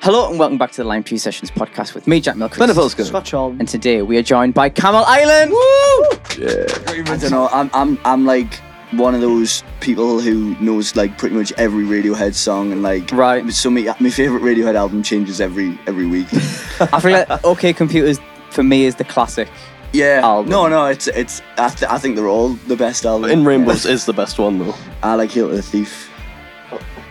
Hello and welcome back to the Lime Tree Sessions podcast with me, Jack Milkers. Linda Volsker. Scotch on. And today we are joined by Camel Island. Woo! I don't know. I'm, I'm, I'm like one of those people who knows like pretty much every Radiohead song and like Right. So my, my favorite Radiohead album changes every every week. I feel like OK Computers for me is the classic. yeah. Album. No, no. It's it's. I, th- I think they're all the best album. In Rainbows is the best one though. I like Hail to the Thief.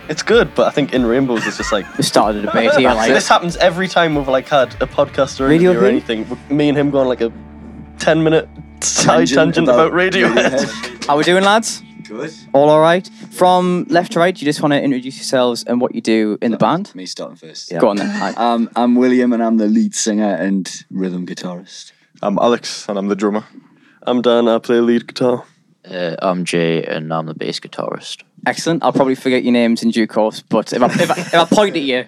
It's good, but I think In Rainbows is just like We started a debate here. Like, this happens every time we've like had a podcast or, Radio interview or thing? anything. Me and him go on like a ten minute side Tangent tangent about, Radiohead. how we doing, lads? Good. All all right. From left to right, you just want to introduce yourselves and what you do in the band. Me starting first. Go on then. Hi. Um, I'm William and I'm the lead singer and rhythm guitarist. I'm Alex and I'm the drummer. I'm Dan. I play lead guitar. Uh, I'm Jay, and I'm the bass guitarist. Excellent. I'll probably forget your names in due course, but if I, if I, if I point at you,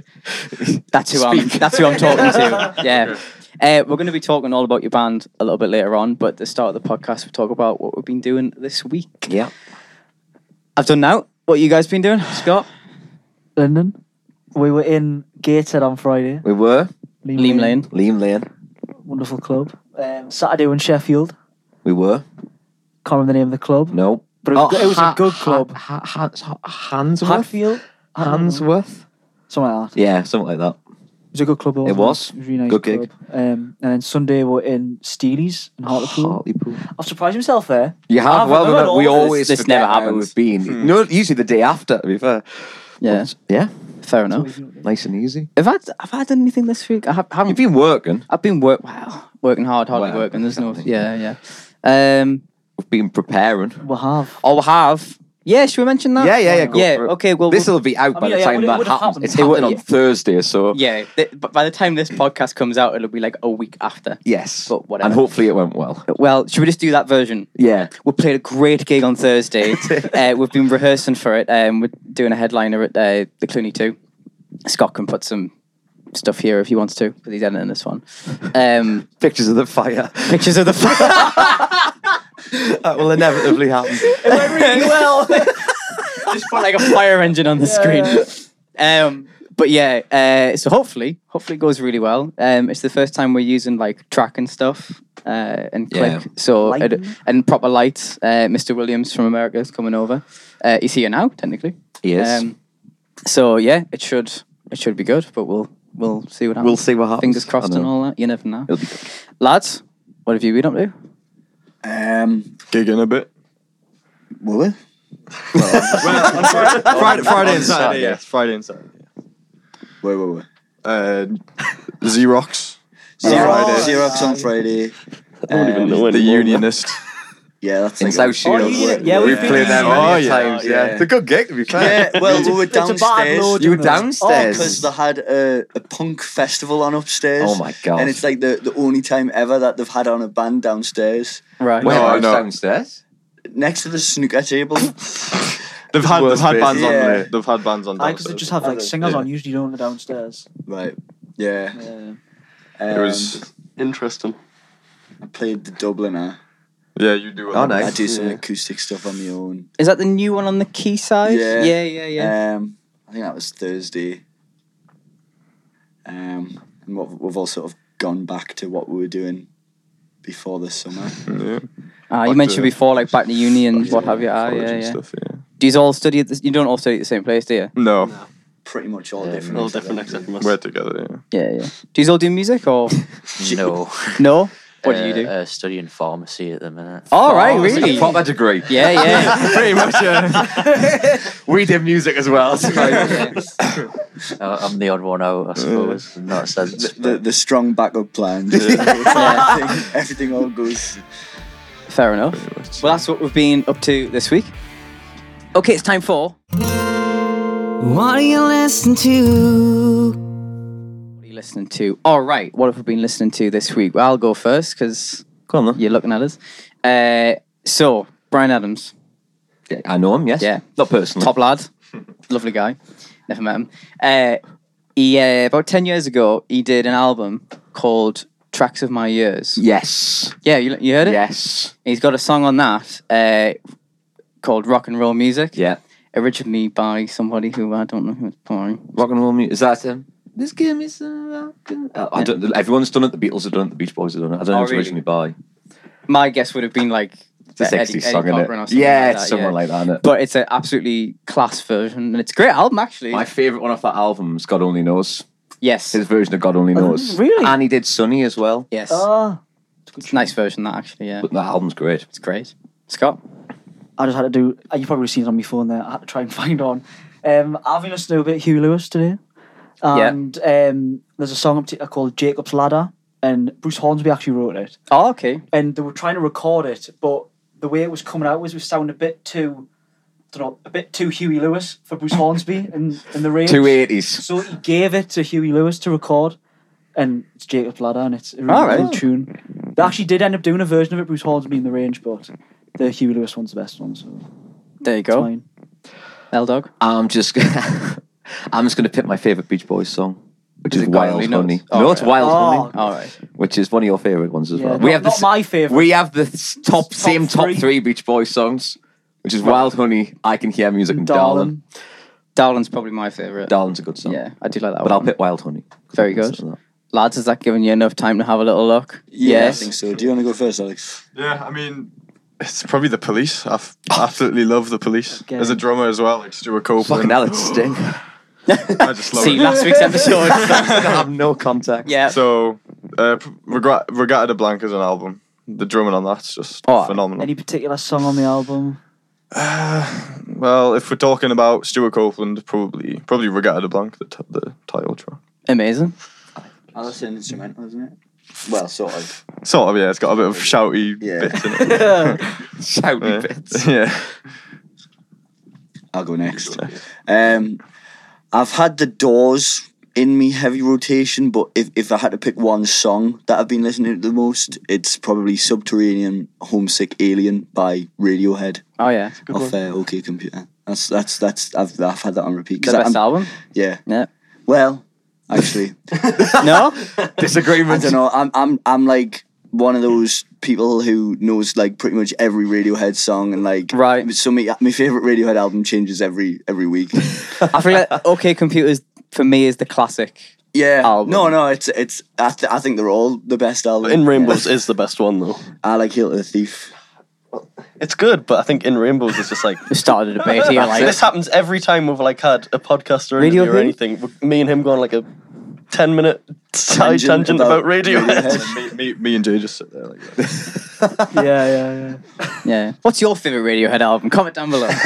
that's who I'm. That's who I'm talking to. Yeah. Uh, we're going to be talking all about your band a little bit later on, but at the start of the podcast, we talk about what we've been doing this week. Yeah. I've done now. What you guys been doing, Scott? London. We were in Gateshead on Friday. We were Liam Leam Lane. Liam Lane. Wonderful club. Um, Saturday in Sheffield. We were Can't remember the name of the club. no But it was, it was a good club. Ha, ha, ha, Hansworth. Hatfield? Hansworth. Something like that. Yeah, something like that. It was a good club. It was. It was a really nice Good gig. club. Um, and then Sunday we we're in Steely's in Hartlepool. Hartlepool. I've surprised myself there. You have I've well. heard we all always this. This forget never how happens. We've been no, usually the day after. To be fair. Yeah, But, yeah. fair enough. Nice and easy. Have I, have I done anything this week? I have, haven't. You've been working. I've been work, well, working hard, hardly Well, working. There's no. something. Yeah, yeah. Um, We've been preparing. We have. I'll have. Yeah, should we mention that? Yeah, yeah, yeah. Go yeah. for it. Okay, well, this will be out by I mean, the yeah, time would it- that would it happens. happen? It's happening on Yeah. Thursday, so Yeah, th- but by the time this podcast comes out, it'll be like a week after. yes. But whatever. And hopefully it went well. Well, should we just do that version? Yeah. We played a great gig on Thursday. uh, we've been rehearsing for it. Um, we're doing a headliner at uh, the Clooney 2. Scott can put some stuff here if he wants to, but he's editing this one. Um, Pictures of the fire. pictures of the fire. that will inevitably happen. well. just put like a fire engine on the screen. Um, but yeah, uh, so hopefully, hopefully it goes really well. Um, it's the first time we're using like track and stuff uh, and click. Yeah. So it, Lighting. and proper lights. Uh, Mr. Williams from America is coming over. Uh, he's here now, technically. Yes. Um, so yeah, it should it should be good, but we'll we'll see what happens. We'll see what happens. Fingers crossed I know. and all that. You never know. It'll be good. Lads, what have you been up to? Um, Gigging a bit. will we? Friday, Friday and Saturday. Saturday. Yes, Friday and Saturday. Wait, wait, wait. Uh, Xerox. Xerox, Friday. Xerox on Friday. I don't even Um, know The anymore. Unionist. Yeah, that's In like South a- Shields. Oh, you- yeah, we we've played been- them Oh, many yeah. times. Yeah. Yeah. It's a good gig to Yeah, be fair. well, we were It's a bad downstairs. load, you were isn't it? Oh, downstairs. because they had a, a punk festival on upstairs. Oh my God. And it's like the, the only time ever that they've had on a band downstairs Right. Where No, I was no. downstairs. next to the snooker table. They've had they've Worst had base. bands on Yeah. there. They've had bands on. Because they downstairs. just have like singers Yeah. on usually don't the downstairs. right. Yeah. Yeah. Um, It was. Interesting. I played the Dubliner. Yeah, you do. Oh, nice. I do some Yeah. acoustic stuff on my own. Is that the new one on the key side? Yeah. yeah, yeah. yeah. Um, I think that was Thursday. Um, and what we've all sort of gone back to what we were doing before the summer. Yeah. Ah, you Back mentioned to- before, like back to uni and uh, Back what to have you. Ah, college yeah, and yeah. Stuff, yeah. Do you all study at the, you don't all study at the same place, do you? No, Pretty much all Yeah, different. All different except from us. we're together. Yeah. Yeah, yeah. Do you all do music or No. no? What do you Uh, do? Uh, studying pharmacy at the minute. all right, Oh, it's like a really? proper degree. yeah, yeah. Pretty much. uh, we did music as well. so- Uh, I'm the odd one out, I suppose. In that sense. The, the, the strong backup plan. everything, everything all goes. Fair enough. Well, that's what we've been up to this week. Okay, it's time for. What are you listening to? What are you listening to? All right, what have we been listening to this week? Well, I'll go first because Go on, then. you're looking at us. Uh, so, Brian Adams. Yeah, I know him. Yes. Yeah. Not personally. top lad, lovely guy. Never met him. Uh, he uh, about ten years ago he did an album called Tracks of My Years. Yes. Yeah, you, you heard it. Yes. he's got a song on that uh, called Rock and Roll Music. Yeah. originally by somebody who I don't know who it's by. Rock and roll music. Is that him? Just give me some. Rock and... I don't, everyone's done it. The Beatles have done it. The Beach Boys have done it. I don't know Oh, who's really? originally by. My guess would have been like It's a the Eddie- 60s Eddie song, innit? Cochran or something yeah, like it's that, someone yeah. like that. Innit? But it's an absolutely class version, and it's a great album actually. My favourite one off that album is God Only Knows. yes, His version of God Only Oh, Knows. really? And he did Sunny as well. yes, Oh, It's a nice version that actually. Yeah, But that album's great. it's great. Scott, I just had to do. You have probably seen it on my phone there. I had to try and find on. Um, I've been listening to a bit of Hugh Lewis today, Yeah. and um, there's a song in particular called Jacob's Ladder, and Bruce Hornsby actually wrote it. oh okay, And they were trying to record it, but the way it was coming out was was sound a bit too, I don't know, a bit too Huey Lewis for Bruce Hornsby and and the range. Two eighties. So he gave it to Huey Lewis to record, and it's Jacob's Ladder, and it's a really Alright. cool tune. They actually did end up doing a version of it, Bruce Hornsby in the range, but the Huey Lewis one's the best one, so there you it's go, mine. L Dog. I'm just gonna I'm just gonna pick my favourite Beach Boys song. Which Is is, it God Wild Only Knows? Honey. Oh, no, it's yeah. Wild Oh, Honey. All right, Which is one of your favourite ones as Yeah, well. not, not s- my favourite. we have the s- top, Top same three. top three Beach Boys songs, which is Wild Honey, I Can Hear Music, and Darling. Darling. Darlin's probably my favorite. Darling's a good song. yeah, I do like that one. But I'll pick Wild Honey. 'cause Very I can good. listen to that. Lads, has that given you enough time to have a little look? Yeah, Yes. I think so. Do you want to go first, Alex? Yeah, I mean, it's probably the police. I f- absolutely love the police Okay. as a drummer as well, like Stuart Copeland. Oh, Fucking hell, it's Sting. I just love See it. last week's episode. I have no contact. yeah. So, uh, p- Regret Regatta de Blanc is an album. The drumming on that's just Oh, phenomenal. Any particular song on the album? well, if we're talking about Stuart Copeland, probably probably Regatta de Blanc, the, t- the title track. Amazing. Oh, that's an instrumental, isn't it? Well, sort of. Sort of, yeah. It's got a bit of shouty Yeah. bits in it. Oh, I've Shouty Yeah. bits. yeah. I'll go next. Um, I've had the Doors in me heavy rotation, but if, if I had to pick one song that I've been listening to the most, it's probably Subterranean Homesick Alien by Radiohead Oh yeah, off uh, OK Computer. That's that's that's I've I've had that on repeat. the 'cause best I'm- album. yeah. Yeah. Well, actually, No. I Disagreement. don't know. I'm I'm I'm like one of those people who knows like pretty much every Radiohead song and like Right. So my my favorite Radiohead album changes every every week. I feel like OK Computers for me is the classic. Yeah. album. No, no, it's it's. I, th- I think they're all the best album. In Rainbows is the best one though. I like Hail to the Thief. It's good, but I think In Rainbows is just like We started a debate here. Like, this happens every time we've like had a podcast or, an Radio interview or who? anything. We- Me and him go on like a ten minute side Tangent tangent about about, Radiohead. me, me, me and Jay just sit there like that. yeah, yeah, yeah. yeah. What's your favorite Radiohead album? Comment down below.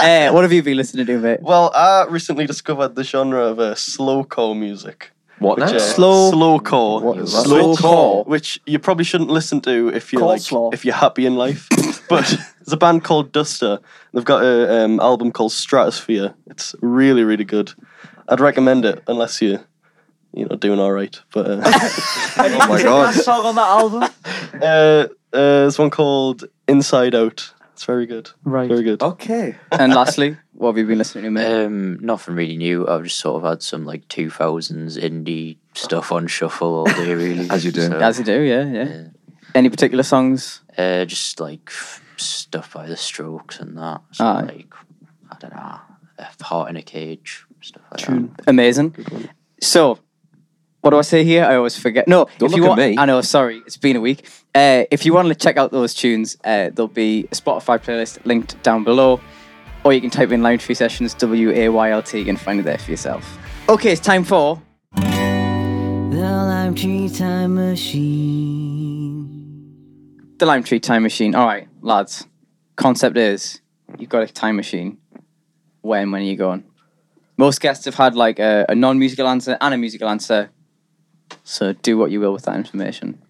Eh, uh, what have you been listening to, mate? Well, I recently discovered the genre of uh, slowcore music. What which, now? uh, Slow- slowcore, is that? Slowcore? which you probably shouldn't listen to if you're like, Coleslaw. if you're happy in life. but there's a band called Duster. They've got a um, album called Stratosphere. It's really really good. I'd recommend it unless you you know doing all right. But uh, Oh my god. Last song on that album? uh, uh, there's one called Inside Out. It's very good. Right. Very good. Okay. And lastly, what have you been listening to, mate? Um, nothing really new. I've just sort of had some like two thousands indie stuff on shuffle all day, really. As you do. Uh, So, As you do, yeah, yeah. Yeah. Any particular songs? uh, just like f- stuff by the Strokes and that. So, Aye. like I don't know, a heart in a cage, stuff like Tune. Amazing. So, what do I say here? I always forget. No, Don't if you look at want, me. I know. Sorry, it's been a week. Uh, if you want to check out those tunes, uh, there'll be a Spotify playlist linked down below, or you can type in Lounge Free Sessions W A Y L T and find it there for yourself. Okay, it's time for The Lime Tree Time Machine. the Lime Tree Time Machine. All right, lads. Concept is you've got a time machine. Where and when are you going? Most guests have had like a, a non-musical answer and a musical answer. So do what you will with that information.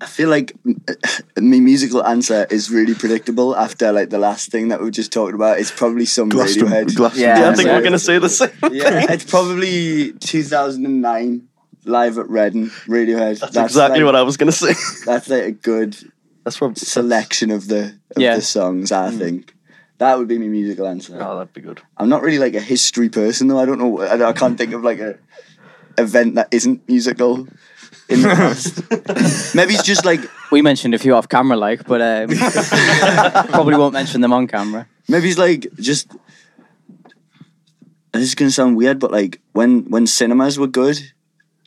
I feel like my musical answer is really predictable after like the last thing that we just talked about. It's probably some Radiohead. Yeah. I think Yeah. we're gonna say the same. yeah, it's probably 2009 live at Redden Radiohead. That's, exactly like, what I was gonna say. That's like a good That's probably selection of the of Yeah. the songs. I think that would be my musical answer. Mm. Oh, that'd be good. I'm not really like a history person though. I don't know. I, I can't think of like a event that isn't musical in the past. Maybe it's just like We mentioned a few off camera, like, but um, probably won't mention them on camera. maybe it's like just this is gonna sound weird, but like when when cinemas were good,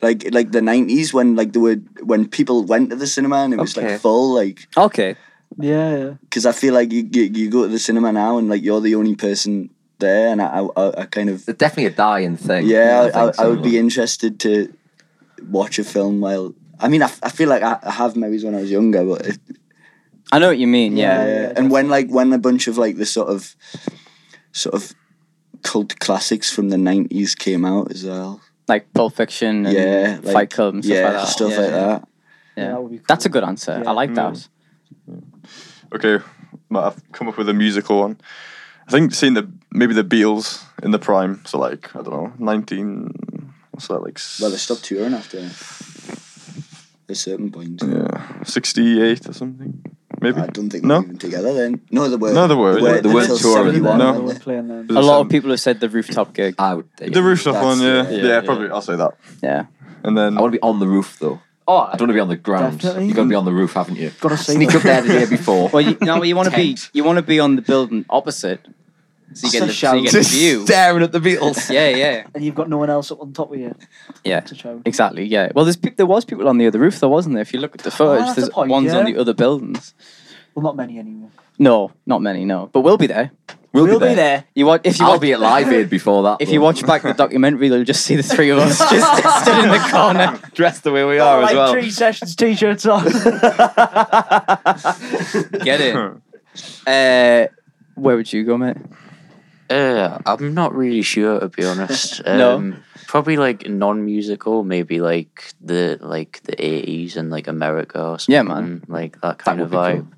like like the nineties when like they were when people went to the cinema and it was Okay. like full, like Okay. Yeah, yeah. because I feel like you, you you go to the cinema now and like you're the only person there, and I I- I, I kind of It's definitely a dying thing. yeah, think I, I, so. would be interested to watch a film while. I mean, I, f- I feel like I, I have memories when I was younger, but if, I know what you mean. yeah, Yeah. and when like when a bunch of like the sort of sort of cult classics from the nineties came out as well. Like Pulp Fiction and Yeah, like- Fight Club and stuff yeah, like that. stuff yeah, like yeah, that. yeah. That would be cool. That's a good answer. Yeah. I like that. Okay, Matt, I've come up with a musical one. I think seeing the maybe the Beatles in the prime, so like I don't know, nineteen. What's that like? Well, they stopped touring after a certain point. Yeah, sixty-eight or something. Maybe. I don't think they No? were even together then. No, they were. No, they were. They weren't until touring 71, then. No. I weren't would they? playing them. Was A lot it of seven- people have said the rooftop gig. I would. The rooftop That's one, yeah. the- Yeah, yeah, yeah. probably. I'll say that. Yeah. And then I want to be on the roof though. Oh, I don't want to be on the ground. Definitely. You've got to be on the roof, haven't you? gotta see Sneak that. up there the day before. Well, you, no, you want to be Tent. you want to be on the building opposite, so you get the, so you get the Just view. staring at the Beatles. Yeah, yeah, and you've got no one else up on top of you yeah. to show. Exactly. Yeah. Well, there's peop there was people on the other roof, though, wasn't there? If you look at the footage, that's there's a point, ones on yeah. the other buildings. Well, not many anymore. No, not many. No, but we'll be there. We'll, You watch if you I'll watch, be at Live Aid before that. if you though. watch back the documentary, you'll just see the three of us just stood in the corner. dressed the way we are as like well. three sessions t-shirts on. Get it? Uh, where would you go, mate? Uh, I'm not really sure to be honest. Um, No. Probably like non-musical, maybe like the like the 80s and like America or something. Yeah, man. Like that kind would of be vibe.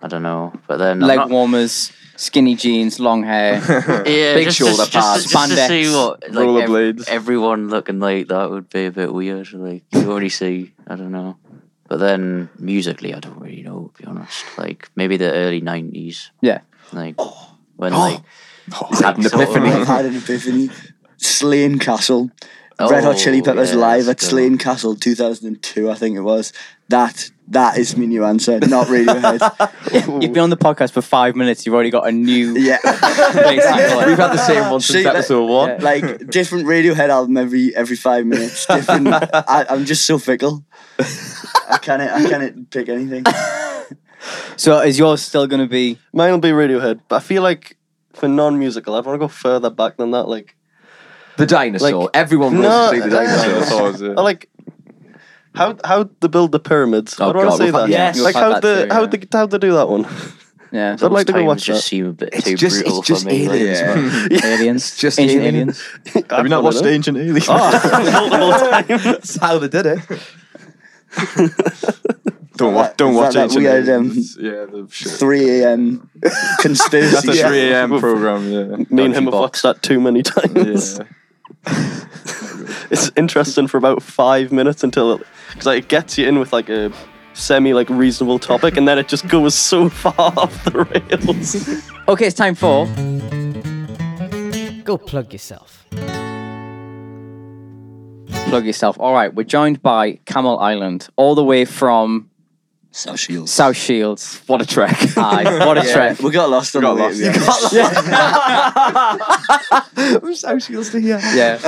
I don't know, but then I'm Leg not- warmers, skinny jeans, long hair. yeah, big just, shoulder just, just, just to pads, see spandex, what like, ev- rollerblades. everyone looking like that would be a bit weird. Like you already see, I don't know. But then musically, I don't really know to be honest. Like maybe the early 90s. Yeah. Like when like Had an Sort of. epiphany. I've had an epiphany. Slane Castle. Oh, Red Hot Chili Peppers yeah, live at that's good. Slane Castle 2002, I think it was. That that is my new answer. Not Radiohead. You've been on the podcast for five minutes. You've already got a new. yeah, playlist. We've had the same one See, since that- episode one. yeah. like different Radiohead album every every five minutes. Different. I, I'm just so fickle. I can't I can't pick anything. So is yours still going to be? Mine will be Radiohead, but I feel like for non-musical, I'd want to go further back than that. Like, The dinosaur. Like- Everyone goes No, to see the no. dinosaur. Dinosaurs, yeah. I like how how they build the pyramids. Oh, I'd want God, to say we've had- that. Yes. like We've how had that the too, how yeah. they how they do that one. Yeah. I'd like to go times watch just that. seem a bit It's too just- brutal it's just for me. like, aliens, it's- Yeah. aliens. just ancient alien. aliens. Have you not watched eh? Ancient Aliens? Oh. That's how they did it. Don't watch. Don't Is watch that that Ancient weird, um, Aliens. yeah, the shit. 3 a.m. That's conspiracy. a three a.m. program. Yeah. Me and him have watched box. that too many times. Yeah. It's interesting for about five minutes until it, cause like, it gets you in with like a semi like reasonable topic, and then it just goes so far off the rails. Okay, it's time for. Go plug yourself. plug yourself. All right, we're joined by Camel Island, all the way from South Shields. South Shields. What a trek. Aye, what a Yeah, trek. we got lost on got the way. lost. to be honest. I'm so shields to hear. Yeah.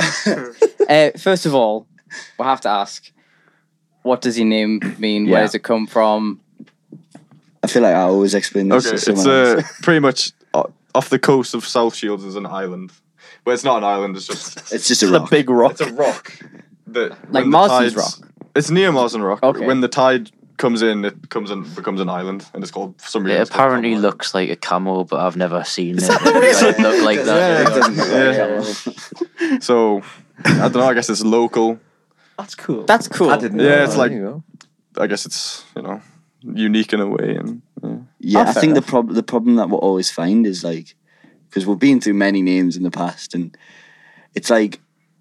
uh, first of all, we have to ask, what does your name mean? Where Yeah. does it come from? I feel like I always explain this Okay, to it's someone. uh, else. pretty much o- off the coast of South Shields is an island. Well, it's not an island. It's just It's just a It's a rock. big rock. it's a rock that Like when the Marsden's tides- It's near Marsden Rock. Okay. When the tide comes in, it comes and becomes an island, and it's called for some reason. It it's called apparently Camel looks like a camel, but I've never seen it like, look like that. It doesn't look like Yeah. that. Island. So I don't know. I guess it's local. That's cool. That's cool. I didn't know. Yeah, that. it's like- There you go. I guess it's you know unique in a way, and yeah. Yeah, Oh, I fair think the problem the problem that we'll always find is like because we've been through many names in the past, and it's like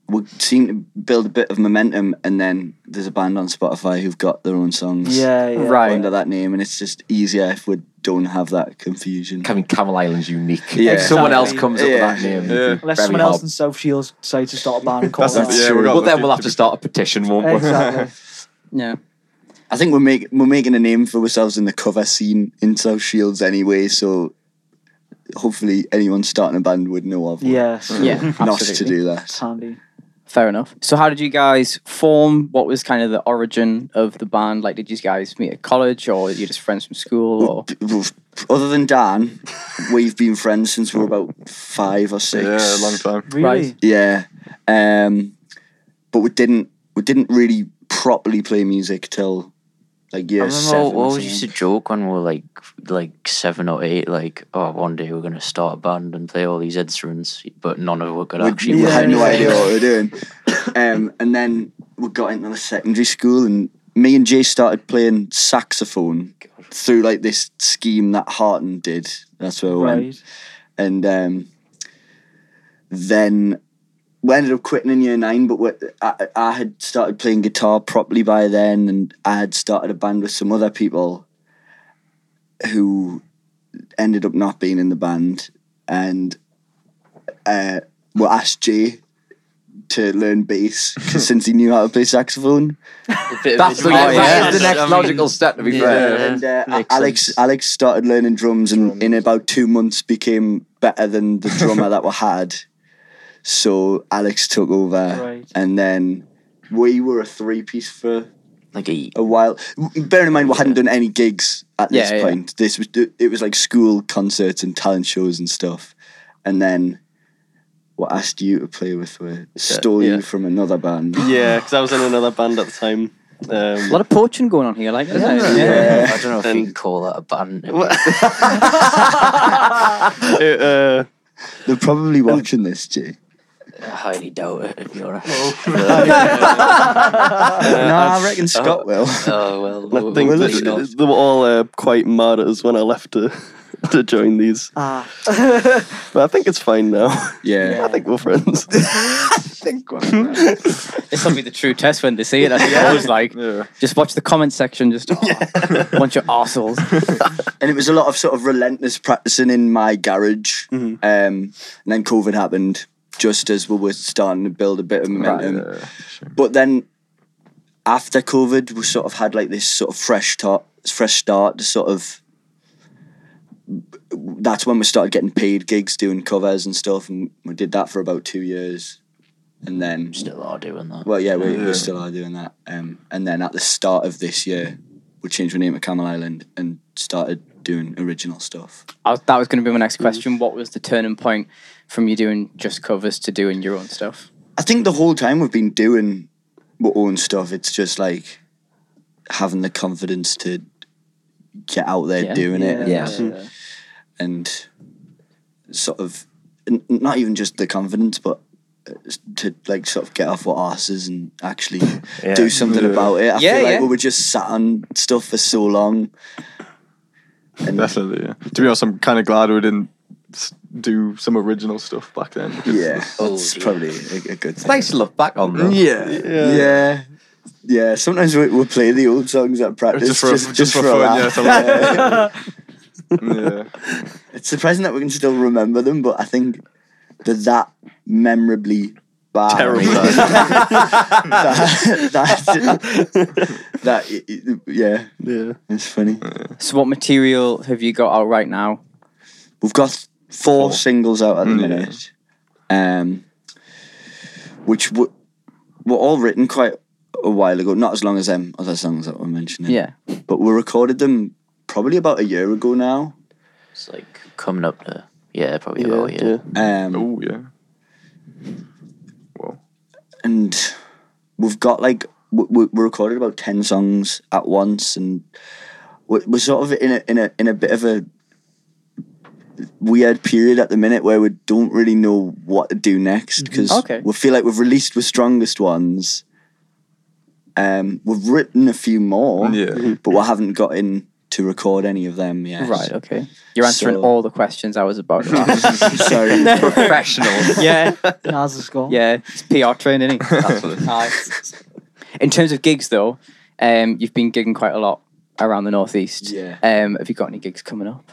we seem to build a bit of momentum, and then there's a band on Spotify who've got their own songs yeah, yeah. Right. under that name, and it's just easier if we don't have that confusion. I mean, Camel Island's unique. Yeah. If someone else Exactly. comes up Yeah. with that name, Yeah. it'd be Unless very someone else hard. in South Shields decides to start a band and call That's- that. that's- yeah we true. got But the- then we'll have to start a petition, won't we? Exactly. Yeah. I think we're make, we're making a name for ourselves in the cover scene in South Shields anyway, so hopefully anyone starting a band would know of. Yes. Yeah, Not to absolutely. do that. It's handy. Fair enough. So, how did you guys form? What was kind of the origin of the band? Like, did you guys meet at college, or you just friends from school? Or Other than Dan, we've been friends since we were about five or six. Yeah, a long time. Really? Right. Yeah, um, but we didn't we didn't really properly play music till like year I remember seven. we or always used to something. joke when we were like like seven or eight, like, oh, one day we're gonna start a band and play all these instruments, but none of us could we, actually. we play had no anything. idea what we were doing. Um, and then we got into the secondary school, and me and Jay started playing saxophone through like this scheme that Harton did. That's where we went. Right. and um, then we ended up quitting in year nine. But we, I, I had started playing guitar properly by then, and I had started a band with some other people who ended up not being in the band, and uh, we asked Jay to learn bass 'cause since he knew how to play saxophone. That's the- Yeah, that yeah. is the next I mean, logical step, to be fair. fair. and uh, makes Alex sense. Alex started learning drums and in about two months became better than the drummer that we had. So Alex took over, Right. and then we were a three piece for Like a a while. Bear in mind, we hadn't done any gigs at this Yeah, yeah. point. This was it was like school concerts and talent shows and stuff, and then. What asked you to play with were stole yeah. you from another band. Yeah, because I was in another band at the time. Um, a lot of poaching going on here, like isn't it? Yeah. I don't know if Then- you can call that a band. it, uh, They're probably watching this, Jay. I highly doubt it. If you're honest. no, I reckon Scott will. oh well. I think we'll that leave it off. they were all uh, quite mad at us when I left to to join these. Ah. But I think it's fine now. Yeah. I think we're friends. This will be the true test when they see it. I suppose. Like, Yeah. just watch the comment section. Just oh, bunch of arseholes. and it was a lot of sort of relentless practicing in my garage. Um, and then COVID happened just as we were starting to build a bit of momentum. But then after COVID, we sort of had like this sort of fresh start, fresh start to sort of. That's when we started getting paid gigs, doing covers and stuff, and we did that for about two years, and then Still are doing that. well, yeah, we, Yeah. we still are doing that. Um, and then at the start of this year, we changed our name to Camel Island and started doing original stuff. I was, that was going to be my next question. What was the turning point from you doing just covers to doing your own stuff? I think the whole time we've been doing our own stuff, it's just like having the confidence to get out there Yeah. doing it. Yeah. And sort of n- not even just the confidence, but uh, to like sort of get off our asses and actually do something about it. I Yeah, feel like yeah. we were just sat on stuff for so long. And Definitely. Yeah. To be honest, I'm kind of glad we didn't s- do some original stuff back then. Yeah, Oh, that's dear. probably a, a good It's thing. nice to look back on, though. Yeah. yeah. sometimes we, we play the old songs at practice Just for, just, for, fun, laugh. yeah. to laugh. yeah. It's surprising that we can still remember them, but I think they're that memorably bad. Terrible. that, that- that- it- it- yeah, yeah. it's funny. So, what material have you got out right now? We've got four, singles out at the Mm, yeah. minute, um, which w- were all written quite a while ago. Not as long as them other songs that we're mentioning. Yeah, but we recorded them probably about a year ago now. It's like coming up to yeah, probably Yeah, about Oh, yeah. yeah. Um, Oh yeah. Well, and we've got like we, we we recorded about ten songs at once, and we- we're sort of in a in a in a bit of a weird period at the minute where we don't really know what to do next because Mm-hmm. Okay. we feel like we've released the strongest ones. Um, we've written a few more, yeah. but we haven't gotten to record any of them yet. right, okay. You're answering So- all the questions I was about to ask. Sorry. Professional. yeah, Nas has gone. yeah. It's PR training, isn't it? Aye. In terms of gigs, though, um, you've been gigging quite a lot around the northeast. Yeah. Um, have you got any gigs coming up?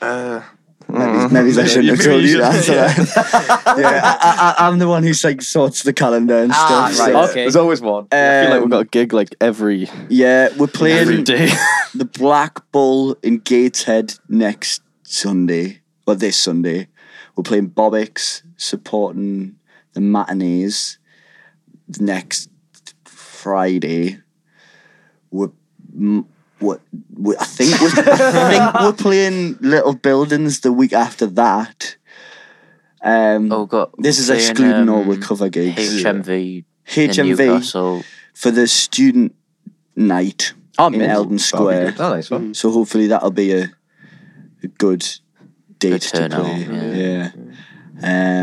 Mm-hmm. Maybe, maybe they Yeah, shouldn't you- have maybe told you you that. should- so- yeah, I, I, I- I'm the one who's like sorts the calendar and Ah, stuff. right. so- Okay. There's always one. I feel like Um, we've got a gig like every Yeah, we're playing every day. the Black Bull in Gateshead next Sunday. well, this Sunday, we're playing Bobbix, supporting the matinees. Next Friday, we're, m- we're, we I think we're, I think we're playing Little Buildings the week after that. Um, Oh, God. this is Playing, excluding all the um, cover gigs. HMV. In HMV Newcastle. for the student night Oh, in mint. Eldon Square. Oh, nice one. So hopefully that'll be a, a good date to turnout, play. Yeah. yeah.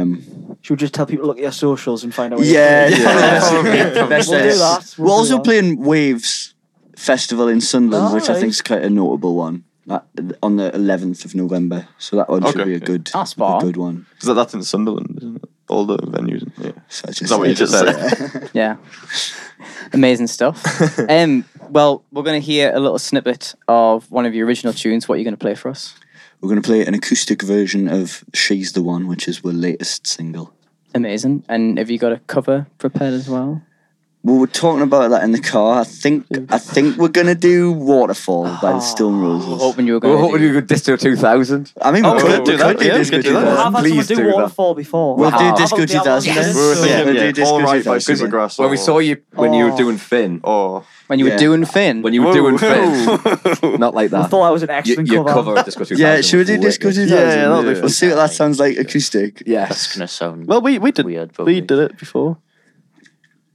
Um, Should we just tell people look at your socials and find out? where you're yeah. playing? yeah. We'll do that. We'll We're do also that. playing Waves Festival in Sunderland, which I Alright. think is quite a notable one. That, on the 11th of November, so that one should Okay, be a yeah. good, That's a spot on. good one. Is that that's in Sunderland? Isn't it? All the venues. Yeah. So I Is that what you just said? Yeah. Amazing stuff. um, well, we're going to hear a little snippet of one of your original tunes. What are you going to play for us? We're going to play an acoustic version of "She's the One," which is our latest single. Amazing. And have you got a cover prepared as well? We were talking about that in the car. I think I think we're gonna do Waterfall by the Stone We're Roses. hoping you were We're going to. hoping you could distill 2000. I mean, we Oh, could we'll we do could that, do yeah, we Disco could do that. 2000. I've had Please someone do, do that. waterfall before. We'll Wow. do Disco I'll do that one. 2000. Yes. We were thinking, we'll do yeah, Disco All Right by 2000. Supergrass. When we or- saw you, when you were Oh. doing Finn, or when you Yeah. were doing Finn. when you were Whoa, doing whoa. Finn, not like I that. thought I was an Y- excellent your cover. cover of Disco 2000. Yeah, should we was do lit. Disco 2000? Yeah, that'll be fun. We'll see what that sounds like acoustic. It's Yes. gonna sound Well, we, we did weird, but we did it before.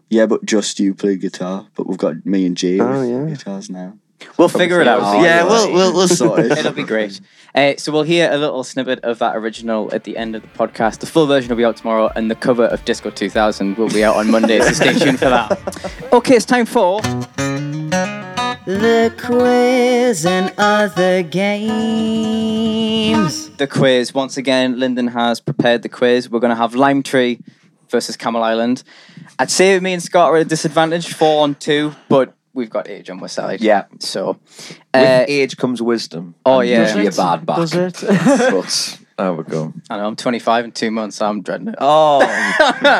Yeah, but just you play guitar. But we've got me and Jay Oh, with yeah. guitars now. we'll figure it out. Oh, yeah, yeah. we'll, we'll we'll sort It'll it. be great. Uh, so we'll hear a little snippet of that original at the end of the podcast. The full version will be out tomorrow, and the cover of Disco 2000 will be out on Monday. so stay tuned for that. Okay, it's time for. The quiz and other games. the quiz. Once again, Lyndon has prepared the quiz. We're going to have Lime Tree versus Camel Island. I'd say me and Scott are at a disadvantage, four on two, but we've got age on our side. Yeah. So, With uh, age comes wisdom. oh, And yeah. Usually a bad back. Does it? but there we go. I know I'm 25 in two months, so I'm dreading it. Oh,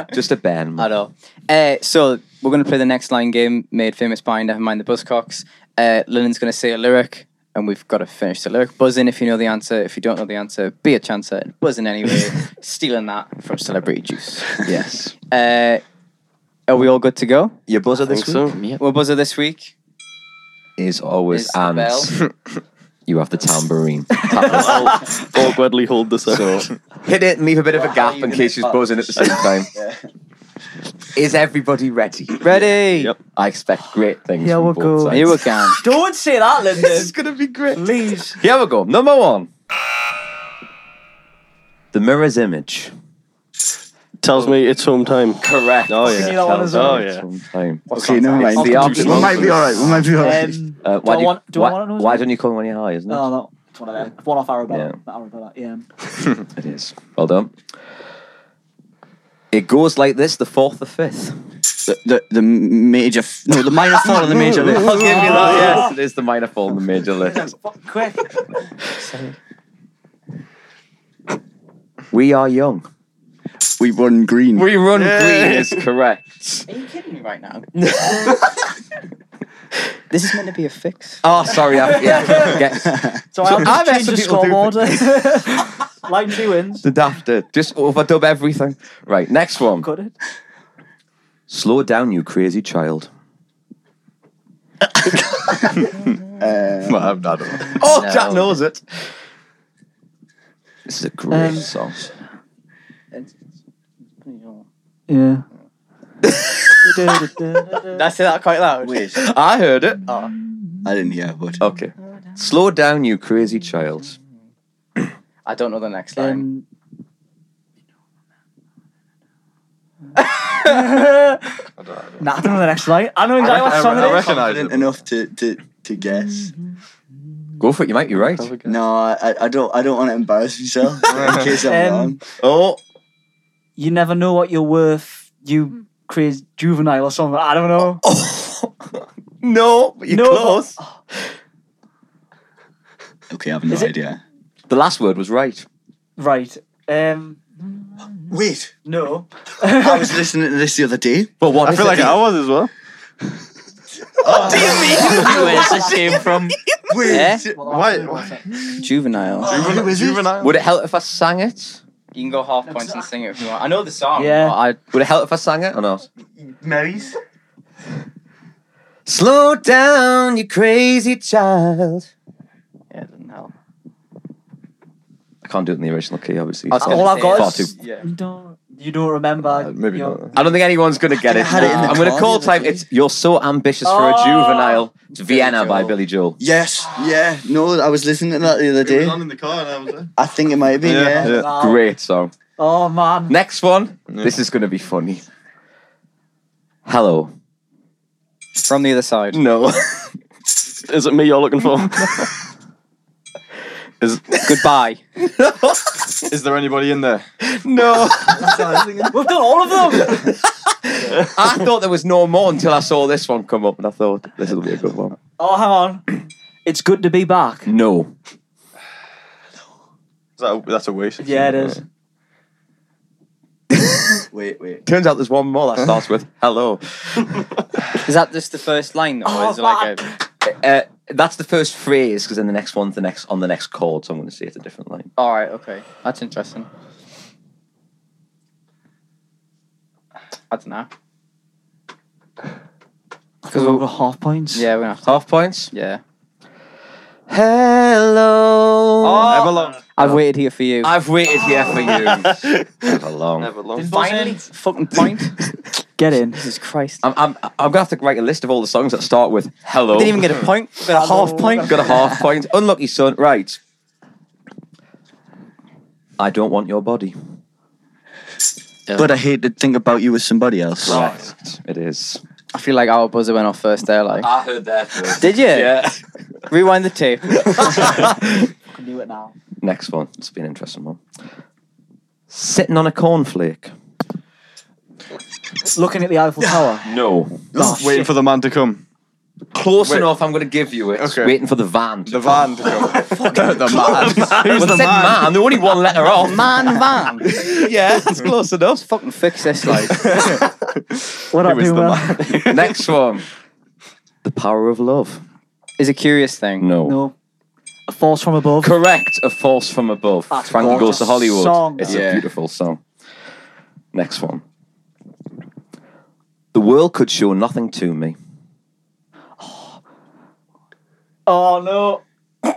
Just a band. I know. Uh, so we're going to play the next line game made famous by Nevermind the Buzzcocks. Uh, Lennon's going to say a lyric, and we've got to finish the lyric. Buzz in if you know the answer. If you don't know the answer, be a chancer and buzz in anyway. Stealing that from Celebrity Juice. Yes. Uh, are we all good to go? Your buzzer this week Yep. Well, buzzer this week is always is the ants. bell. You have the tambourine. Awkwardly hold this up. Hit it and leave a bit of a how gap you in gonna case she's fuck? buzzing at the same time. Yeah. Is everybody ready? Ready? Yep. I expect great things. Yeah, from we'll both go. sides. Here we go. Don't say that, This is Lyndon. gonna be great. Please. Here we go. Number one. The mirror's image. Tells me it's home time. Correct. Oh Give me yeah. that one as well. Oh yeah. Sometime. okay, never mind. It's the option. We might be all right. We might be all right. Um, Uh, do I why do you- want? Do why, I want to know? why don't you call when you're high? Isn't it? No, no. It's one of them. One off Arabella. Yeah. Not Arabella. Yeah. It is. Well done. It goes like this: the fourth, the fifth. the, the the major f- no the minor fall and the major lift. yes, it is the minor fall and the major lift. Fuck, Quick. We are young. We run green. We run green is correct. Are you kidding me right now? this is meant to be a fix. Oh, sorry. I, yeah, get, So I'll I've had just change the some people scoreboard. Line two wins. the daft it. Just overdub everything. Right, next one. Cut it. Slow down, you crazy child. Uh, Well, I I don't know. Oh, No. Jack knows it. This is a great Um, song. Yeah. Did I say that quite loud? wait, I heard it. I didn't hear. But Okay. Slow down, you crazy child. I don't know the next line. Um, I don't know. nah, I don't know the next line. I know exactly what song I it is. recognise confident it. enough to, to, to guess. Go for it. You might be right. No, I, I- I don't. I don't want to embarrass myself in case I'm Um, wrong. Oh, You never know what you're worth. You crazy juvenile or something. I don't know. no, but you're No, but- close. Okay, I have no Is it- idea. The last word was right. Right. Um. Wait, No. I was listening to this the other day. But what? I feel like I was as well. Where's this came from? Wait, Eh? shit. Why? why- Juvenile. Juvenile. juvenile? Would it help if I sang it? You can go half points and sing it if you want. I know the song. Yeah. but I, Would it help if I sang it or not? Mary's? Slow down, you crazy child. yeah, it doesn't help. I can't do it in the original key, obviously. Oh, I was Far- gonna all I've say got far is- too- Yeah. You don't. You don't remember. Uh, maybe your- not. I don't think anyone's going to get I it. had it in the I'm going to car call the other time. day. It's You're So Ambitious for a Oh, Juvenile to Vienna by Joel. Billy Joel. Yes, yeah. No, I was listening to that the other It was day. on in the car and I was like, I think it might have been, Yeah, yeah. yeah. Wow. Great song. Oh man. Next one. Yeah. This is going to be funny. Hello. From the other side. No. Is it me you're looking for? is, Goodbye. is there anybody in there? No. We've done all of them. I thought there was no more until I saw this one come up and I thought this will be a good one. oh, hang on. It's good to be back. No. Is that that's a waste. Yeah, it is. Wait, wait. Turns out there's one more that starts with hello. Is that just the first line, or Oh, is it like a? Uh, that's the first phrase because then the next one's the next on the next chord, so I'm going to say it's a different line. All right, okay, that's interesting. I don't know. Because we've got half points. Yeah, we're gonna have to. Half points. Yeah. Hello. Oh. long. I've waited here for you. I've waited here for you. Never long. Never long. Didn't buzz Finally, in. fucking point. Get in. Jesus Christ! I'm, I'm, I'm gonna have to write a list of all the songs that start with hello. I didn't even get a point. Got a half point. Got a half point. Unlucky son. Right. I don't want your body. But I hate to think about you with somebody else. Right. It is. I feel like our buzzer went off first there. Like, I heard that first. did you? Yeah. Rewind the tape. Can do it now. Next one. It's been an interesting one. Sitting on a cornflake. Looking at the Eiffel Tower. Ah, No. Waiting for the man to come. Close Wait. enough. I'm going to give you it. Okay. Waiting for the van. To The van to come. the man. Well, Who's the it said man. man? They're only one letter off. Man, man, yeah, that's close enough. fucking fix this. Like, We're It not was doing the well. man. Next one. The power of love. is a curious thing. No. No. A force from above. Correct. A force from above. That's a Frankie goes gorgeous to Hollywood. song. It's Yeah. a beautiful song. Next one. The world could show nothing to me. Oh no.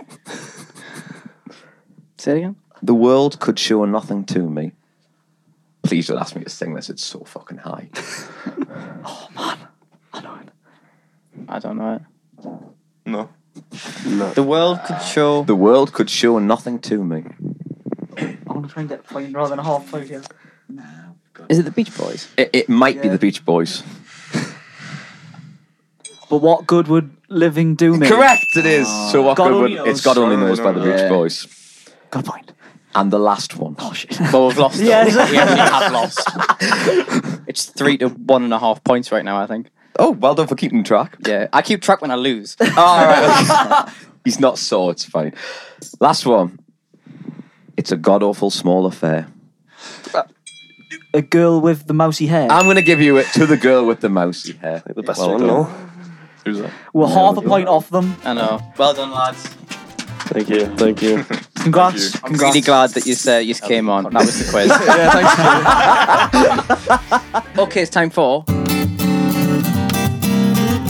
Say it again. The world could show nothing to me. Please don't ask me to sing this. It's so fucking high. I don't know it. No. The world could show. The world could show nothing to me. I'm gonna try and get a point rather than a half point here. Is it the Beach Boys? It, it might be Yeah. the Beach Boys. But what good would living do me? Correct. It is. so what Ah. God good would Only it's Knows. God only God knows by Only the Knows. Beach Yeah. Boys. Good point. And the last one. Oh shit. Well, we've lost. Yeah, though. exactly. we actually have lost. It's three to one and a half points right now. I think. Oh, well done for keeping track. Yeah, I keep track when I lose. All right. He's not sore. It's fine. Last one. It's a god awful small affair. A girl with the mousy hair. I'm going to give you it to the girl with the mousy hair. The best Well one, done. no? Who's that? We're half a we go. point off them. I know. Well done, lads. Thank you, thank you. Congrats. Thank I'm really glad that you uh, you came on. That was the quiz. yeah, thanks. okay, it's time for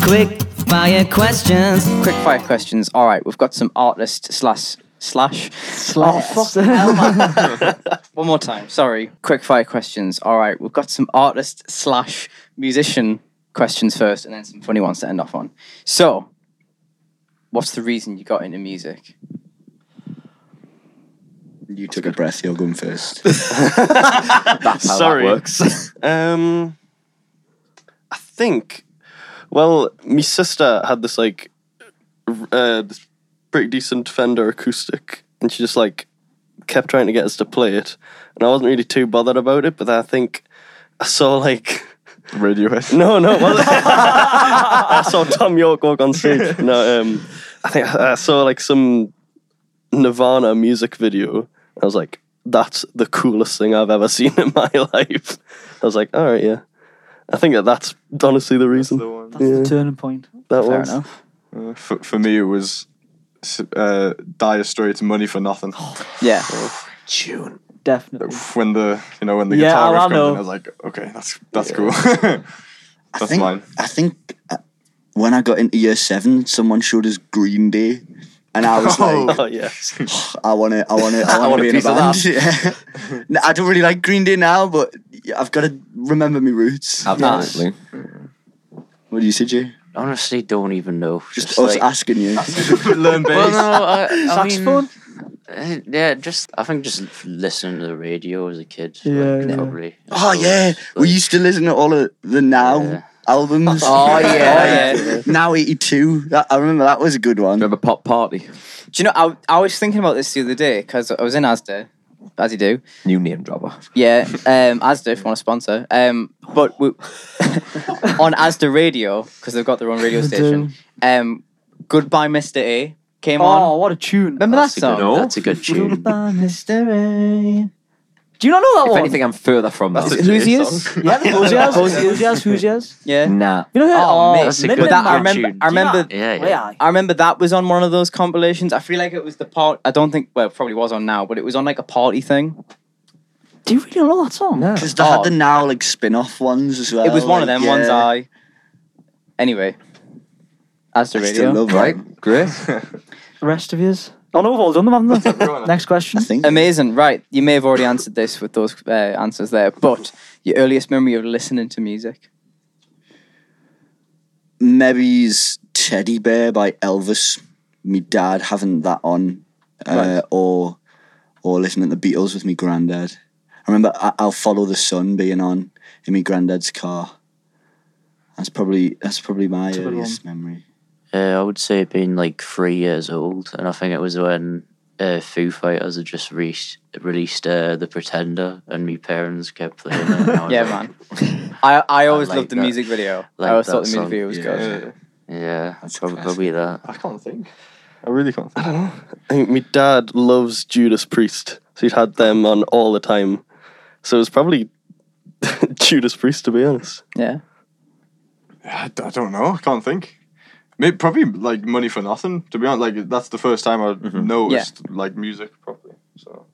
Quick fire questions. quick fire questions. All right, we've got some artist slash slash Slash. Oh, fuck. hell, man. One more time. Sorry. Quick fire questions. All right, we've got some artist slash musician questions first, and then some funny ones to end off on. So, what's the reason you got into music? You took a breath, you're going first. That's how Sorry. that works. Um, I think. Well, my sister had this like, r- uh, this pretty decent Fender acoustic, and she just like kept trying to get us to play it, and I wasn't really too bothered about it. But then I think I saw like Radiohead. no, no, it wasn't. I saw Tom York walk on stage. No, um, I think I, I saw like some Nirvana music video. I was like, that's the coolest thing I've ever seen in my life. I was like, all right, yeah. I think that that's honestly the That's reason the one. That's the turning point. that Fair was. enough. Uh, for, for me, it was s- uh, Dire Straits "Money for Nothing." Yeah. Tune. Definitely. Oh, when the you know when the Yeah, guitar I- I riff comes in, know. I was like, okay, that's that's cool. I That's think, mine. I think uh, when I got into year seven, someone showed us Green Day, and I was like, Oh yeah. I want to, I want to, I I want want to a be in a piece of band. Yeah. No, I don't really like Green Day now, but I've got to remember my roots. Absolutely. What do you say, Jay? Honestly, don't even know. Just, Just us like- asking you. Learn well, bass. no, I, I Saxophone? Mean, uh, yeah, just I think just listening to the radio as a kid. like, Yeah, yeah. probably. Oh yeah, we Like, used to listen to all of the Now Yeah. albums. Oh, yeah. Now eighty two. I remember that was a good one. Remember Pop Party? Do you know? I, I was thinking about this the other day because I was in Asda, as you do. New name dropper. Yeah, um, Asda if you want to sponsor. Um, but we, on Asda Radio because they've got their own radio They station. Um, Goodbye, Mister A came on. Oh, what a tune. Remember that That's a, song? good, that's a good tune. Goodbye, Mr. A. Do you not know that If one? anything, I'm further from that. That's a Who's Jay yours? song. yeah, the Hoosiers. Hoosiers. Hoosiers. Hoosiers. Mm. Yeah. Nah. You know who? Oh, mate. That's a Lin good But that, I tune. remember. I remember. Yeah, Way yeah. I. I remember that was on one of those compilations. I feel like it was the part. I don't think. Well, it probably was on now, but it was on like a party thing. Do you really not know that song? No. Because they had Oh. the Now like spin off ones as well. It was one of like, them ones. uh, yeah. I. Anyway. As the I still radio. love Right. them. Great. The rest of yours. Oh no, we've all done them, haven't we? Everyone. Next question. I think. Amazing. Right. You may have already answered this with those uh, answers there, but your earliest memory of listening to music. Maybe's Teddy Bear by Elvis. Me dad having that on, uh, or or listening to the Beatles with me granddad. I remember I- I'll follow the sun being on in me granddad's car. That's probably that's probably my a good earliest memory. Uh, I would say being like three years old, and I think it was when uh, Foo Fighters had just re- released uh, The Pretender, and my parents kept playing it. and I was Yeah, like, man. I, I always like loved the that. music video. Like I always that thought the music song. video was good. Yeah. Yeah, That's probably, classic. probably that. I can't think. I really can't. Think. I think my dad loves Judas Priest, so he'd had them on all the time. So it was probably Judas Priest, to be honest. Yeah. I, d- I don't know. I can't think. Maybe probably like money for nothing. To be honest, like that's the first time I noticed like music properly. So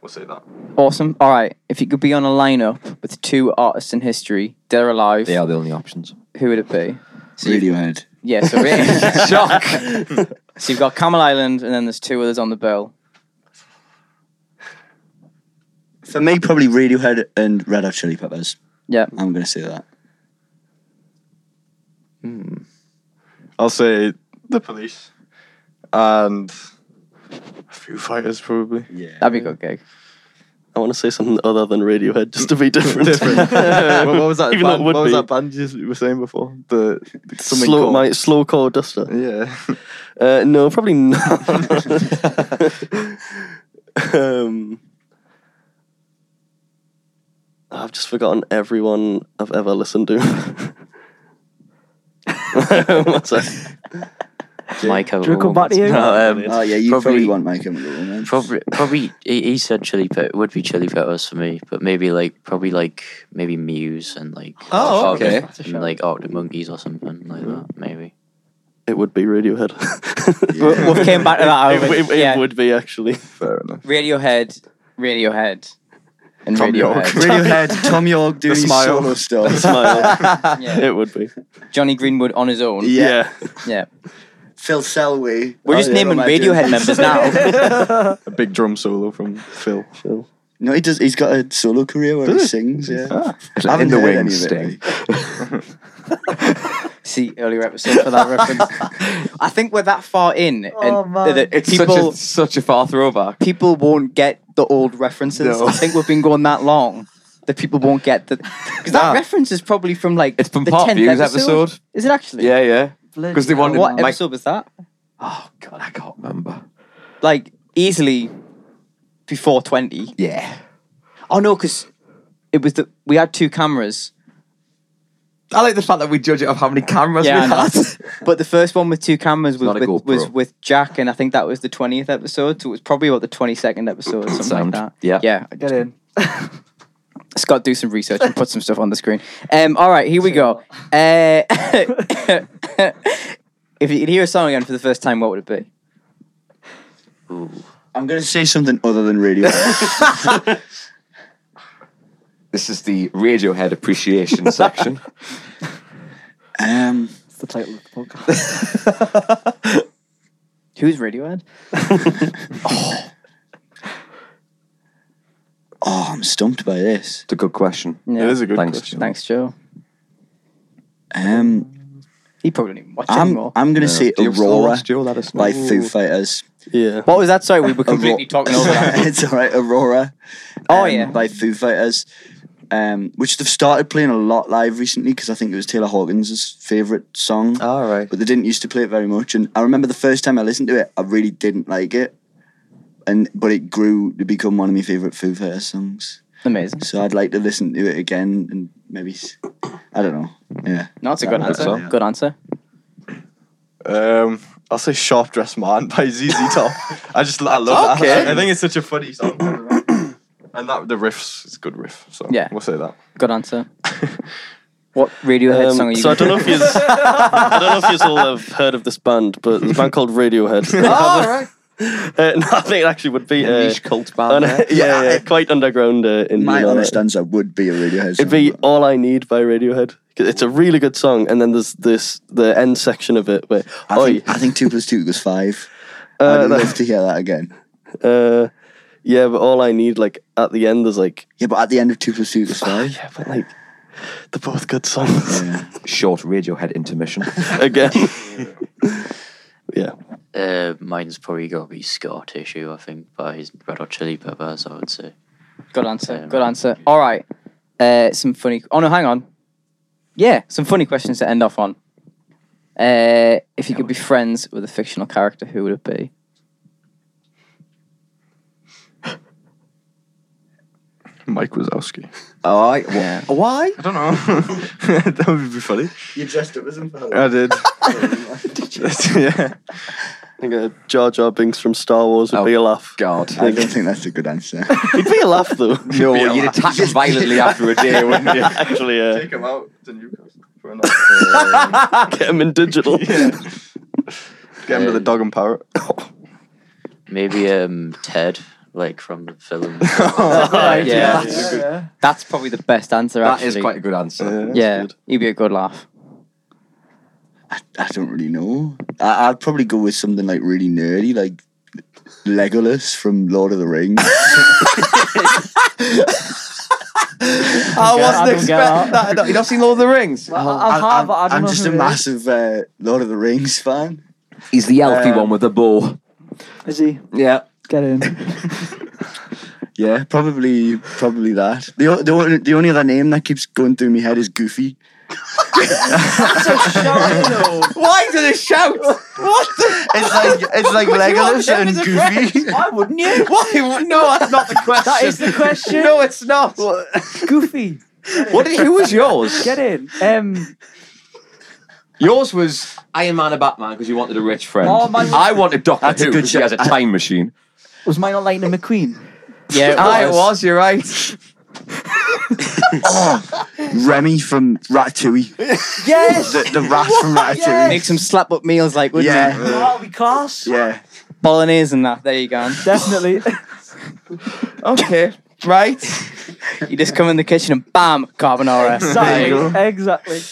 we'll say that. Awesome. All right. If you could be on a lineup with two artists in history, they're alive. They are the only options. Who would it be? Radiohead. Yeah, so we shock. so you've got Camel Island, and then there's two others on the bill. For me, probably Radiohead and Red Hot Chili Peppers. Yeah. I'm gonna say that. I'll say the police and Foo Fighters probably. Yeah. That'd be a good gig. I want to say something other than Radiohead, just to be different. what, what was that? Even though it band, would what was be. that band you just- you were saying before? The, the something slow, called- my slow core duster. Yeah. Uh, no, probably not. um, I've just forgotten everyone I've ever listened to. What's that? Mike, Do you come back to you? No, um, Oh yeah, you probably, Probably- want my chemical romance. Probably, probably he, he said chili pepper would be chili peppers for me, but maybe like probably like maybe Muse and like Oh, okay. That's a and shout. like Arctic Monkeys or something like that. Maybe It would be Radiohead. We'll, we'll came back to that. it, Alvin. it- it yeah. would be actually. Fair enough. Radiohead, Radiohead, and Tom York. Radiohead. Radiohead, Tom York doing his smile. solo stuff. Smile. Yeah. it would be. Johnny Greenwood on his own. Yeah. Yeah. Yeah. Phil Selway. We're just Oh, yeah. naming What am I doing? Radiohead members now. A big drum solo from Phil. Phil. No, he does. He's got a solo career where Does he he? sings. Yeah, It's I haven't like Ah. in the heard any wings of it, sting. See earlier episode for that reference. I think we're that far in, and Oh, man. that It's people such a, such a far throwback. people won't get the old references. No. I think we've been going that long that people won't get the because that Nah. reference is probably from like It's from the Pop 10th Views episode. episode. Is it actually? Yeah, yeah. Because they wanted What Mike- episode was that? Oh god, I can't remember. Like easily before twenty. Yeah. Oh no, because it was the we had two cameras, I like the fact that we judge it off how many cameras Yeah, we've I know. had. but the first one with two cameras was Not a with, GoPro. was with Jack, and I think that was the twentieth episode. So it was probably about the twenty second episode, something Sound. like that. Yeah. yeah. Get in. Scott, do some research and put some stuff on the screen. Um, all right, here we go. Uh, if you could hear a song again for the first time, what would it be? Ooh. I'm going to say something other than radio. This is the Radiohead appreciation section. um, That's the title of the podcast. Who's Radiohead? oh, I'm stumped by this. It's a good question. Yeah. It is a good Thanks. question. Thanks, Joe. Um, He probably didn't even watch I'm anymore. I'm going to say Do you have still Aurora watch, Joe? Let us know. by Foo Fighters. Yeah. what was that? Sorry, we were completely Aurora- talking over that. it's all right, Aurora. Oh, um, yeah. by Foo Fighters, um, which they've started playing a lot live recently because I think it was Taylor Hawkins' favorite song. Oh. All right. but they didn't used to play it very much. And I remember the first time I listened to it, I really didn't like it. And but it grew to become one of my favorite Foo Fighters songs. Amazing. So I'd like to listen to it again and maybe s- I don't know. Yeah, No, that's a good Good answer. song. Good answer. Um, I'll say "Sharp Dressed Man" by ZZ Top. I just I love that. I think it's such a funny song, and that the riffs is a good riff. So Yeah. we'll say that. Good answer. What Radiohead Um, song are you? so I don't know gonna- if you I don't know if you all have heard of this band, but there's a band called Radiohead. They Oh, have a- uh, no, I think it actually would be uh, niche cult an- band. yeah, there. yeah, quite underground uh, in my you know, honest answer would be a Radiohead. It'd song, be but- All I Need by Radiohead. 'Cause It's a really good song, and then there's this the end section of it where I think, Oi, I think two plus two equals five. uh, I'd love to hear that again. uh, yeah, but all I need like at the end there's like Yeah, but at the end of two plus two equals oh, five. yeah, but like they're both good songs Yeah. Um, Short Radiohead intermission. again. yeah, Uh, mine's probably got to be Scar Tissue, I think, by his Red Hot Chili Peppers, I would say. Good answer. Good answer. All right. Uh, some funny. Oh no, hang on. Yeah, some funny questions to end off on. Uh, if you could be friends with a fictional character, who would it be? Mike Wazowski. All right. wh- Yeah. Why? I don't know. that would be funny. You dressed up as him. I did. yeah. I think uh, Jar Jar Binks from Star Wars would Oh. be a laugh. God. I don't think that's a good answer. It'd be a laugh though. No, you'd attack us violently after a day, wouldn't you? actually, uh, Take him out to Newcastle for a get him in digital. Get him to the dog and parrot. Maybe um, Ted, like from the film. Oh. Right, yeah. yeah, yeah. That's probably the best answer. That Actually. is quite a good answer. Yeah, you'd be a good laugh. I don't really know. I, I'd probably go with something like really nerdy, like Legolas from Lord of the Rings. I I don't get out. that. No, You not seen Lord of the Rings? I, I, I have, but I don't am know just who a it is. massive uh, Lord of the Rings fan. He's the elfy Um, one with the bow. Is he? Yeah. Get in. Yeah, probably, probably that. The, o- the, o- the only other name that keeps going through my head is Goofy. Why did it shout? What? The? It's like it's like Legolas and Goofy. Why wouldn't you? Why? No, that's not the question. That is the question. No, it's not. Goofy. What? Did, who was yours? Get in. Um, Yours was Iron Man and Batman because you wanted a rich friend. Oh, mine was- I wanted Doctor That's a Who good because he shout. has a time machine. was mine on Lightning McQueen? Yeah, it Ah, it was. was. You're right. Remy from Ratatouille. Yes. The, the rat from Ratatouille. Make some slap up meals, like wouldn't yeah. Yeah, That'll be class. yeah. Bolognese and that. There you go. Definitely. Okay. Right. You just come in the kitchen and bam, carbonara. There you go. exactly. Exactly.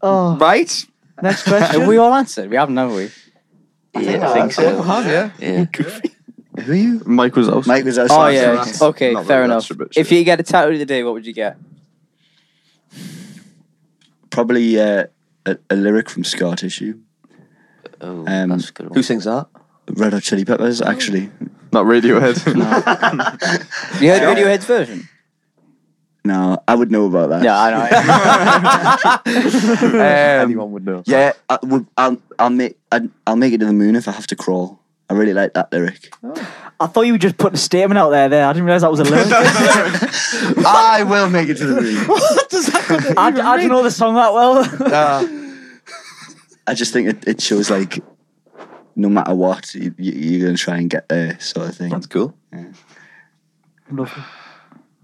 Oh, Right. next question. Have we all answered? We haven't, have we? yeah, I think Oh, so. huh, yeah. Yeah. Who are you? Mike Wazowski. Mike was outside. Oh yeah. Right. Okay, Not fair really, enough. that's a bit If you get a tattoo today, what would you get? Probably uh, a, a lyric from Scar Tissue. Oh, Um, that's a good Who one. sings that? Red Hot Chili Peppers, actually. Not Radiohead. You heard Radiohead's version? No, I would know about that. Yeah, I know. Um, Anyone would know. Yeah, I, will I'll, I'll make I'd, I'll make it to the moon if I have to crawl. I really like that lyric. I thought you were just putting a statement out there. There, I didn't realize that was a lyric. I, I will make it to the moon. I don't know the song that well. I just think it, it shows like, no matter what, you, you, you're gonna try and get there, sort of thing. That's cool.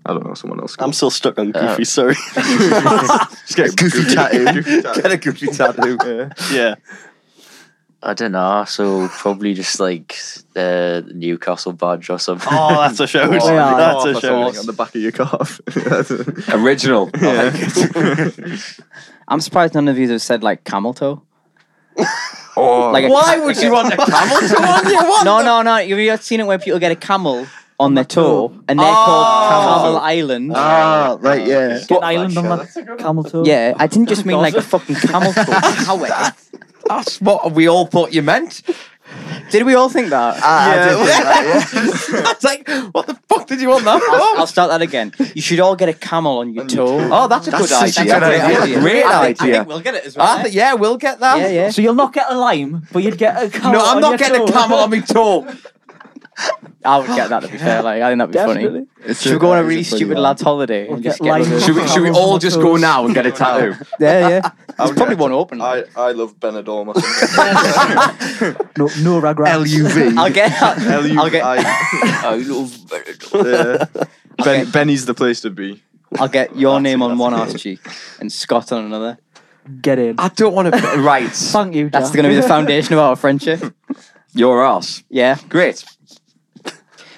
I don't know. Someone else. I'm still stuck on Goofy. sorry. just getting Goofy tattoo. Goofy tattoo. a goofy tattoo. yeah. I don't know. So probably just like uh, Newcastle badge or something. Oh, that's a show. Oh, yeah. that's a that's show. on the back of your calf. That's a- Original. I'm surprised none of you have said like camel toe. Oh, Like a why ca- would like you a- want a camel to on you? What? No, no, no. You've you seen it where people get a camel on their toe and they're Oh. called Camel Island. Ah, right, yeah. Get an island on that camel toe. yeah, I didn't just mean like a fucking camel toe. How That's what we all thought you meant. Did we all Ah, think that? It's like, what the fuck did you want that I'll for? start that again. You should all get a camel on your toe. Oh, that's a That's good such a idea. good idea. That's a I think, Great I idea. think we'll get it as well. I think- yeah, we'll get that. yeah, yeah. So you'll not get a lime, but you'd get a camel. No, I'm on not your getting toe. a camel on my toe. I would get that to be fair. Like I think that'd be funny. Definitely. Should we go on a really stupid lad's holiday and get just get? rid lighted. of- Should we, should we all just go now and get a tattoo? Yeah, yeah. There's would probably get- one open. I, I, I love Benidorm. I think. No, no ragrats. will get. I'll, I'll get. L-U-I. I love Benidorm. Yeah. Okay. Ben, Benny's the place to be. I'll get your That's it, name on that's one it. ass cheek and Scott on another. Get in. I don't want to. Right. Thank you. That's Jack. going to be the foundation of our friendship. Your ass. Yeah. Great.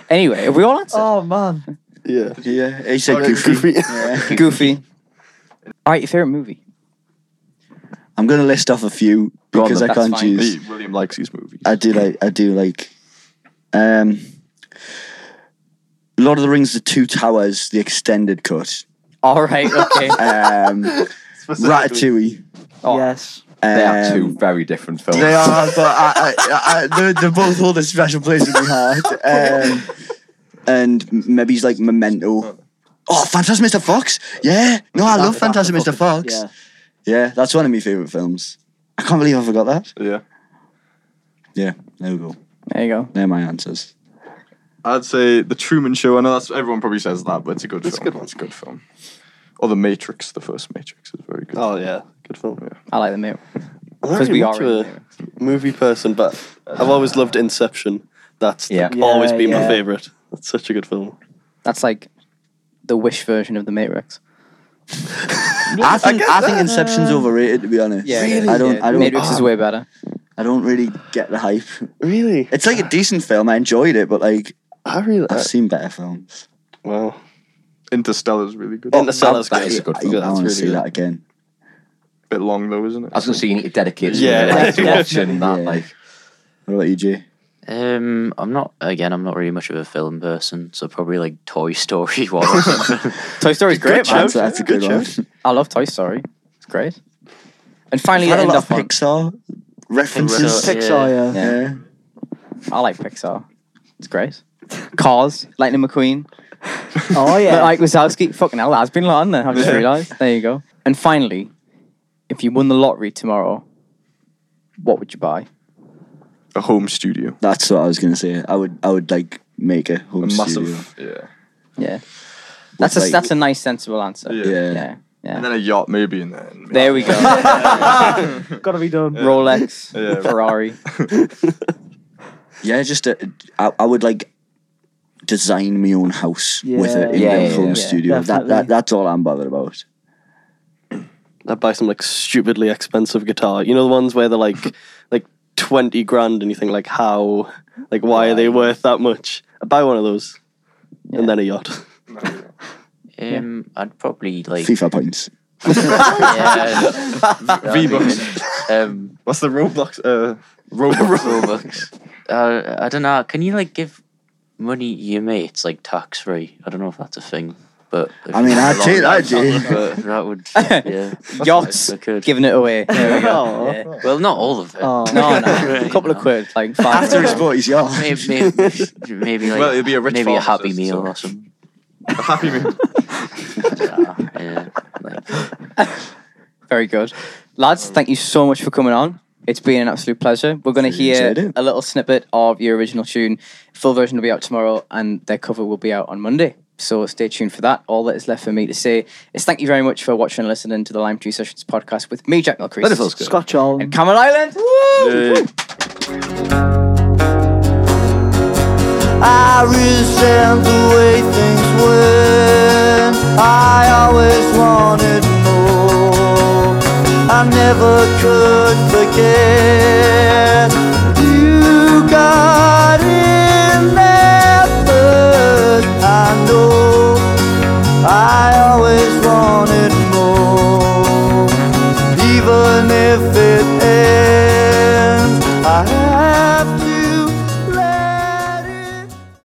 Anyway, have we all answered? Oh man. Yeah. Yeah, he said Okay, Oh, goofy. goofy. Yeah. Oh. Goofy. All right, your favorite movie? I'm gonna list off a few Go on because then, I that's can't fine. choose. William likes these movies. I do like. I do like. Um, Lord of the Rings: The Two Towers, the extended cut. All right. Okay. Um, Ratatouille. Oh. Yes. They um, are two very different films. They are, but I, I, I, they're, they both hold a special place in my heart. Um, and m- maybe he's like Memento. Oh, Fantastic Mr. Fox. Yeah. No, I love Fantastic Mr. Fox. Yeah. Yeah, that's one of my favourite films. I can't believe I forgot that. Yeah. Yeah, there we go. There you go. They're my answers. I'd say The Truman Show. I know that's everyone probably says that, but it's a good film. It's a good film. Or The Matrix. The first Matrix is very good. Oh yeah, good film. Yeah. I like the movie. I'm not Because we really are. much in of the a movie. movie person, but I've always loved Inception. That's Yeah. like, always Yeah, been my yeah. favorite. That's such a good film. That's like the Wish version of the Matrix. I think I, think Inception's overrated to be honest. Yeah. I don't I don't Matrix is way better. I don't really get the hype. Really? It's like a decent film. I enjoyed it, but like I really. I've I, seen better films. wow. Interstellar's really good. Oh, Interstellar's that good. is a good I, film. that's I want to really see good. that again. bit long though, isn't it? I was going to say you need to dedicate Yeah. yeah. to Yeah. watching that. Yeah. Like, What about you, Jay? Um, I'm not again. I'm not really much of a film person, so probably like Toy Story one. or something. Toy Story's great, man. That's, that's a good, one. I love Toy Story. It's great. And finally, We've had I a end lot up of on. Pixar So, references. yeah. Pixar. Yeah. Yeah. I like Pixar. It's great. Cars, Lightning McQueen, Oh yeah. but Ike Wazowski. Fucking hell, that's been a lot on there. I've just realised. There you go. And finally, if you won the lottery tomorrow, what would you buy? a home studio. That's what I was gonna say. I would I would like make a home A studio. massive. Yeah. Yeah, that's a like- that's a nice, sensible answer. Yeah. Yeah. yeah. yeah. And then a yacht maybe in there. and- there we go. Gotta be done. Rolex, Yeah. Ferrari. Yeah, just a, I, I would like design my own house with Yeah. it in Yeah, the yeah, home yeah. studio. That, that Definitely. that's all I'm bothered about. I'd buy some like stupidly expensive guitar. You know the ones where they're like like twenty grand, and you think like how like why are they worth that much? I'd buy one of those, and then a yacht. um, I'd probably like FIFA points. yeah, V bucks. um, What's the Roblox? Uh, Roblox. Robux. Uh, I don't know. Can you like give money to your mates like tax free? I don't know if that's a thing, but if I mean, you I'd have a take lot that, of Jay. them, but that would yeah. Yachts, I could. giving it away. There we go. Yeah. Well, not all of it. Oh. No, no, a couple of quid, like five. After his boys, yeah. Maybe, maybe, maybe like Well, it'd be a rich maybe a happy pharmacist, meal so- or something. Happy Meal. Ah, yeah, like, Very good. Um, Lads, thank you so much for coming on. It's been an absolute pleasure. We're going to Really hear enjoyed it. a little snippet of your original tune. Full version will be out tomorrow, and their cover will be out on Monday. So stay tuned for that. All that is left for me to say is thank you very much for watching and listening to the Lime Tree Sessions podcast with me, Jack Milcrease. Scotch all. And Camel Island. I resent the way things went. I always wanted more. I never could forget. You got in there, but I know I always wanted more. Even if it ends, I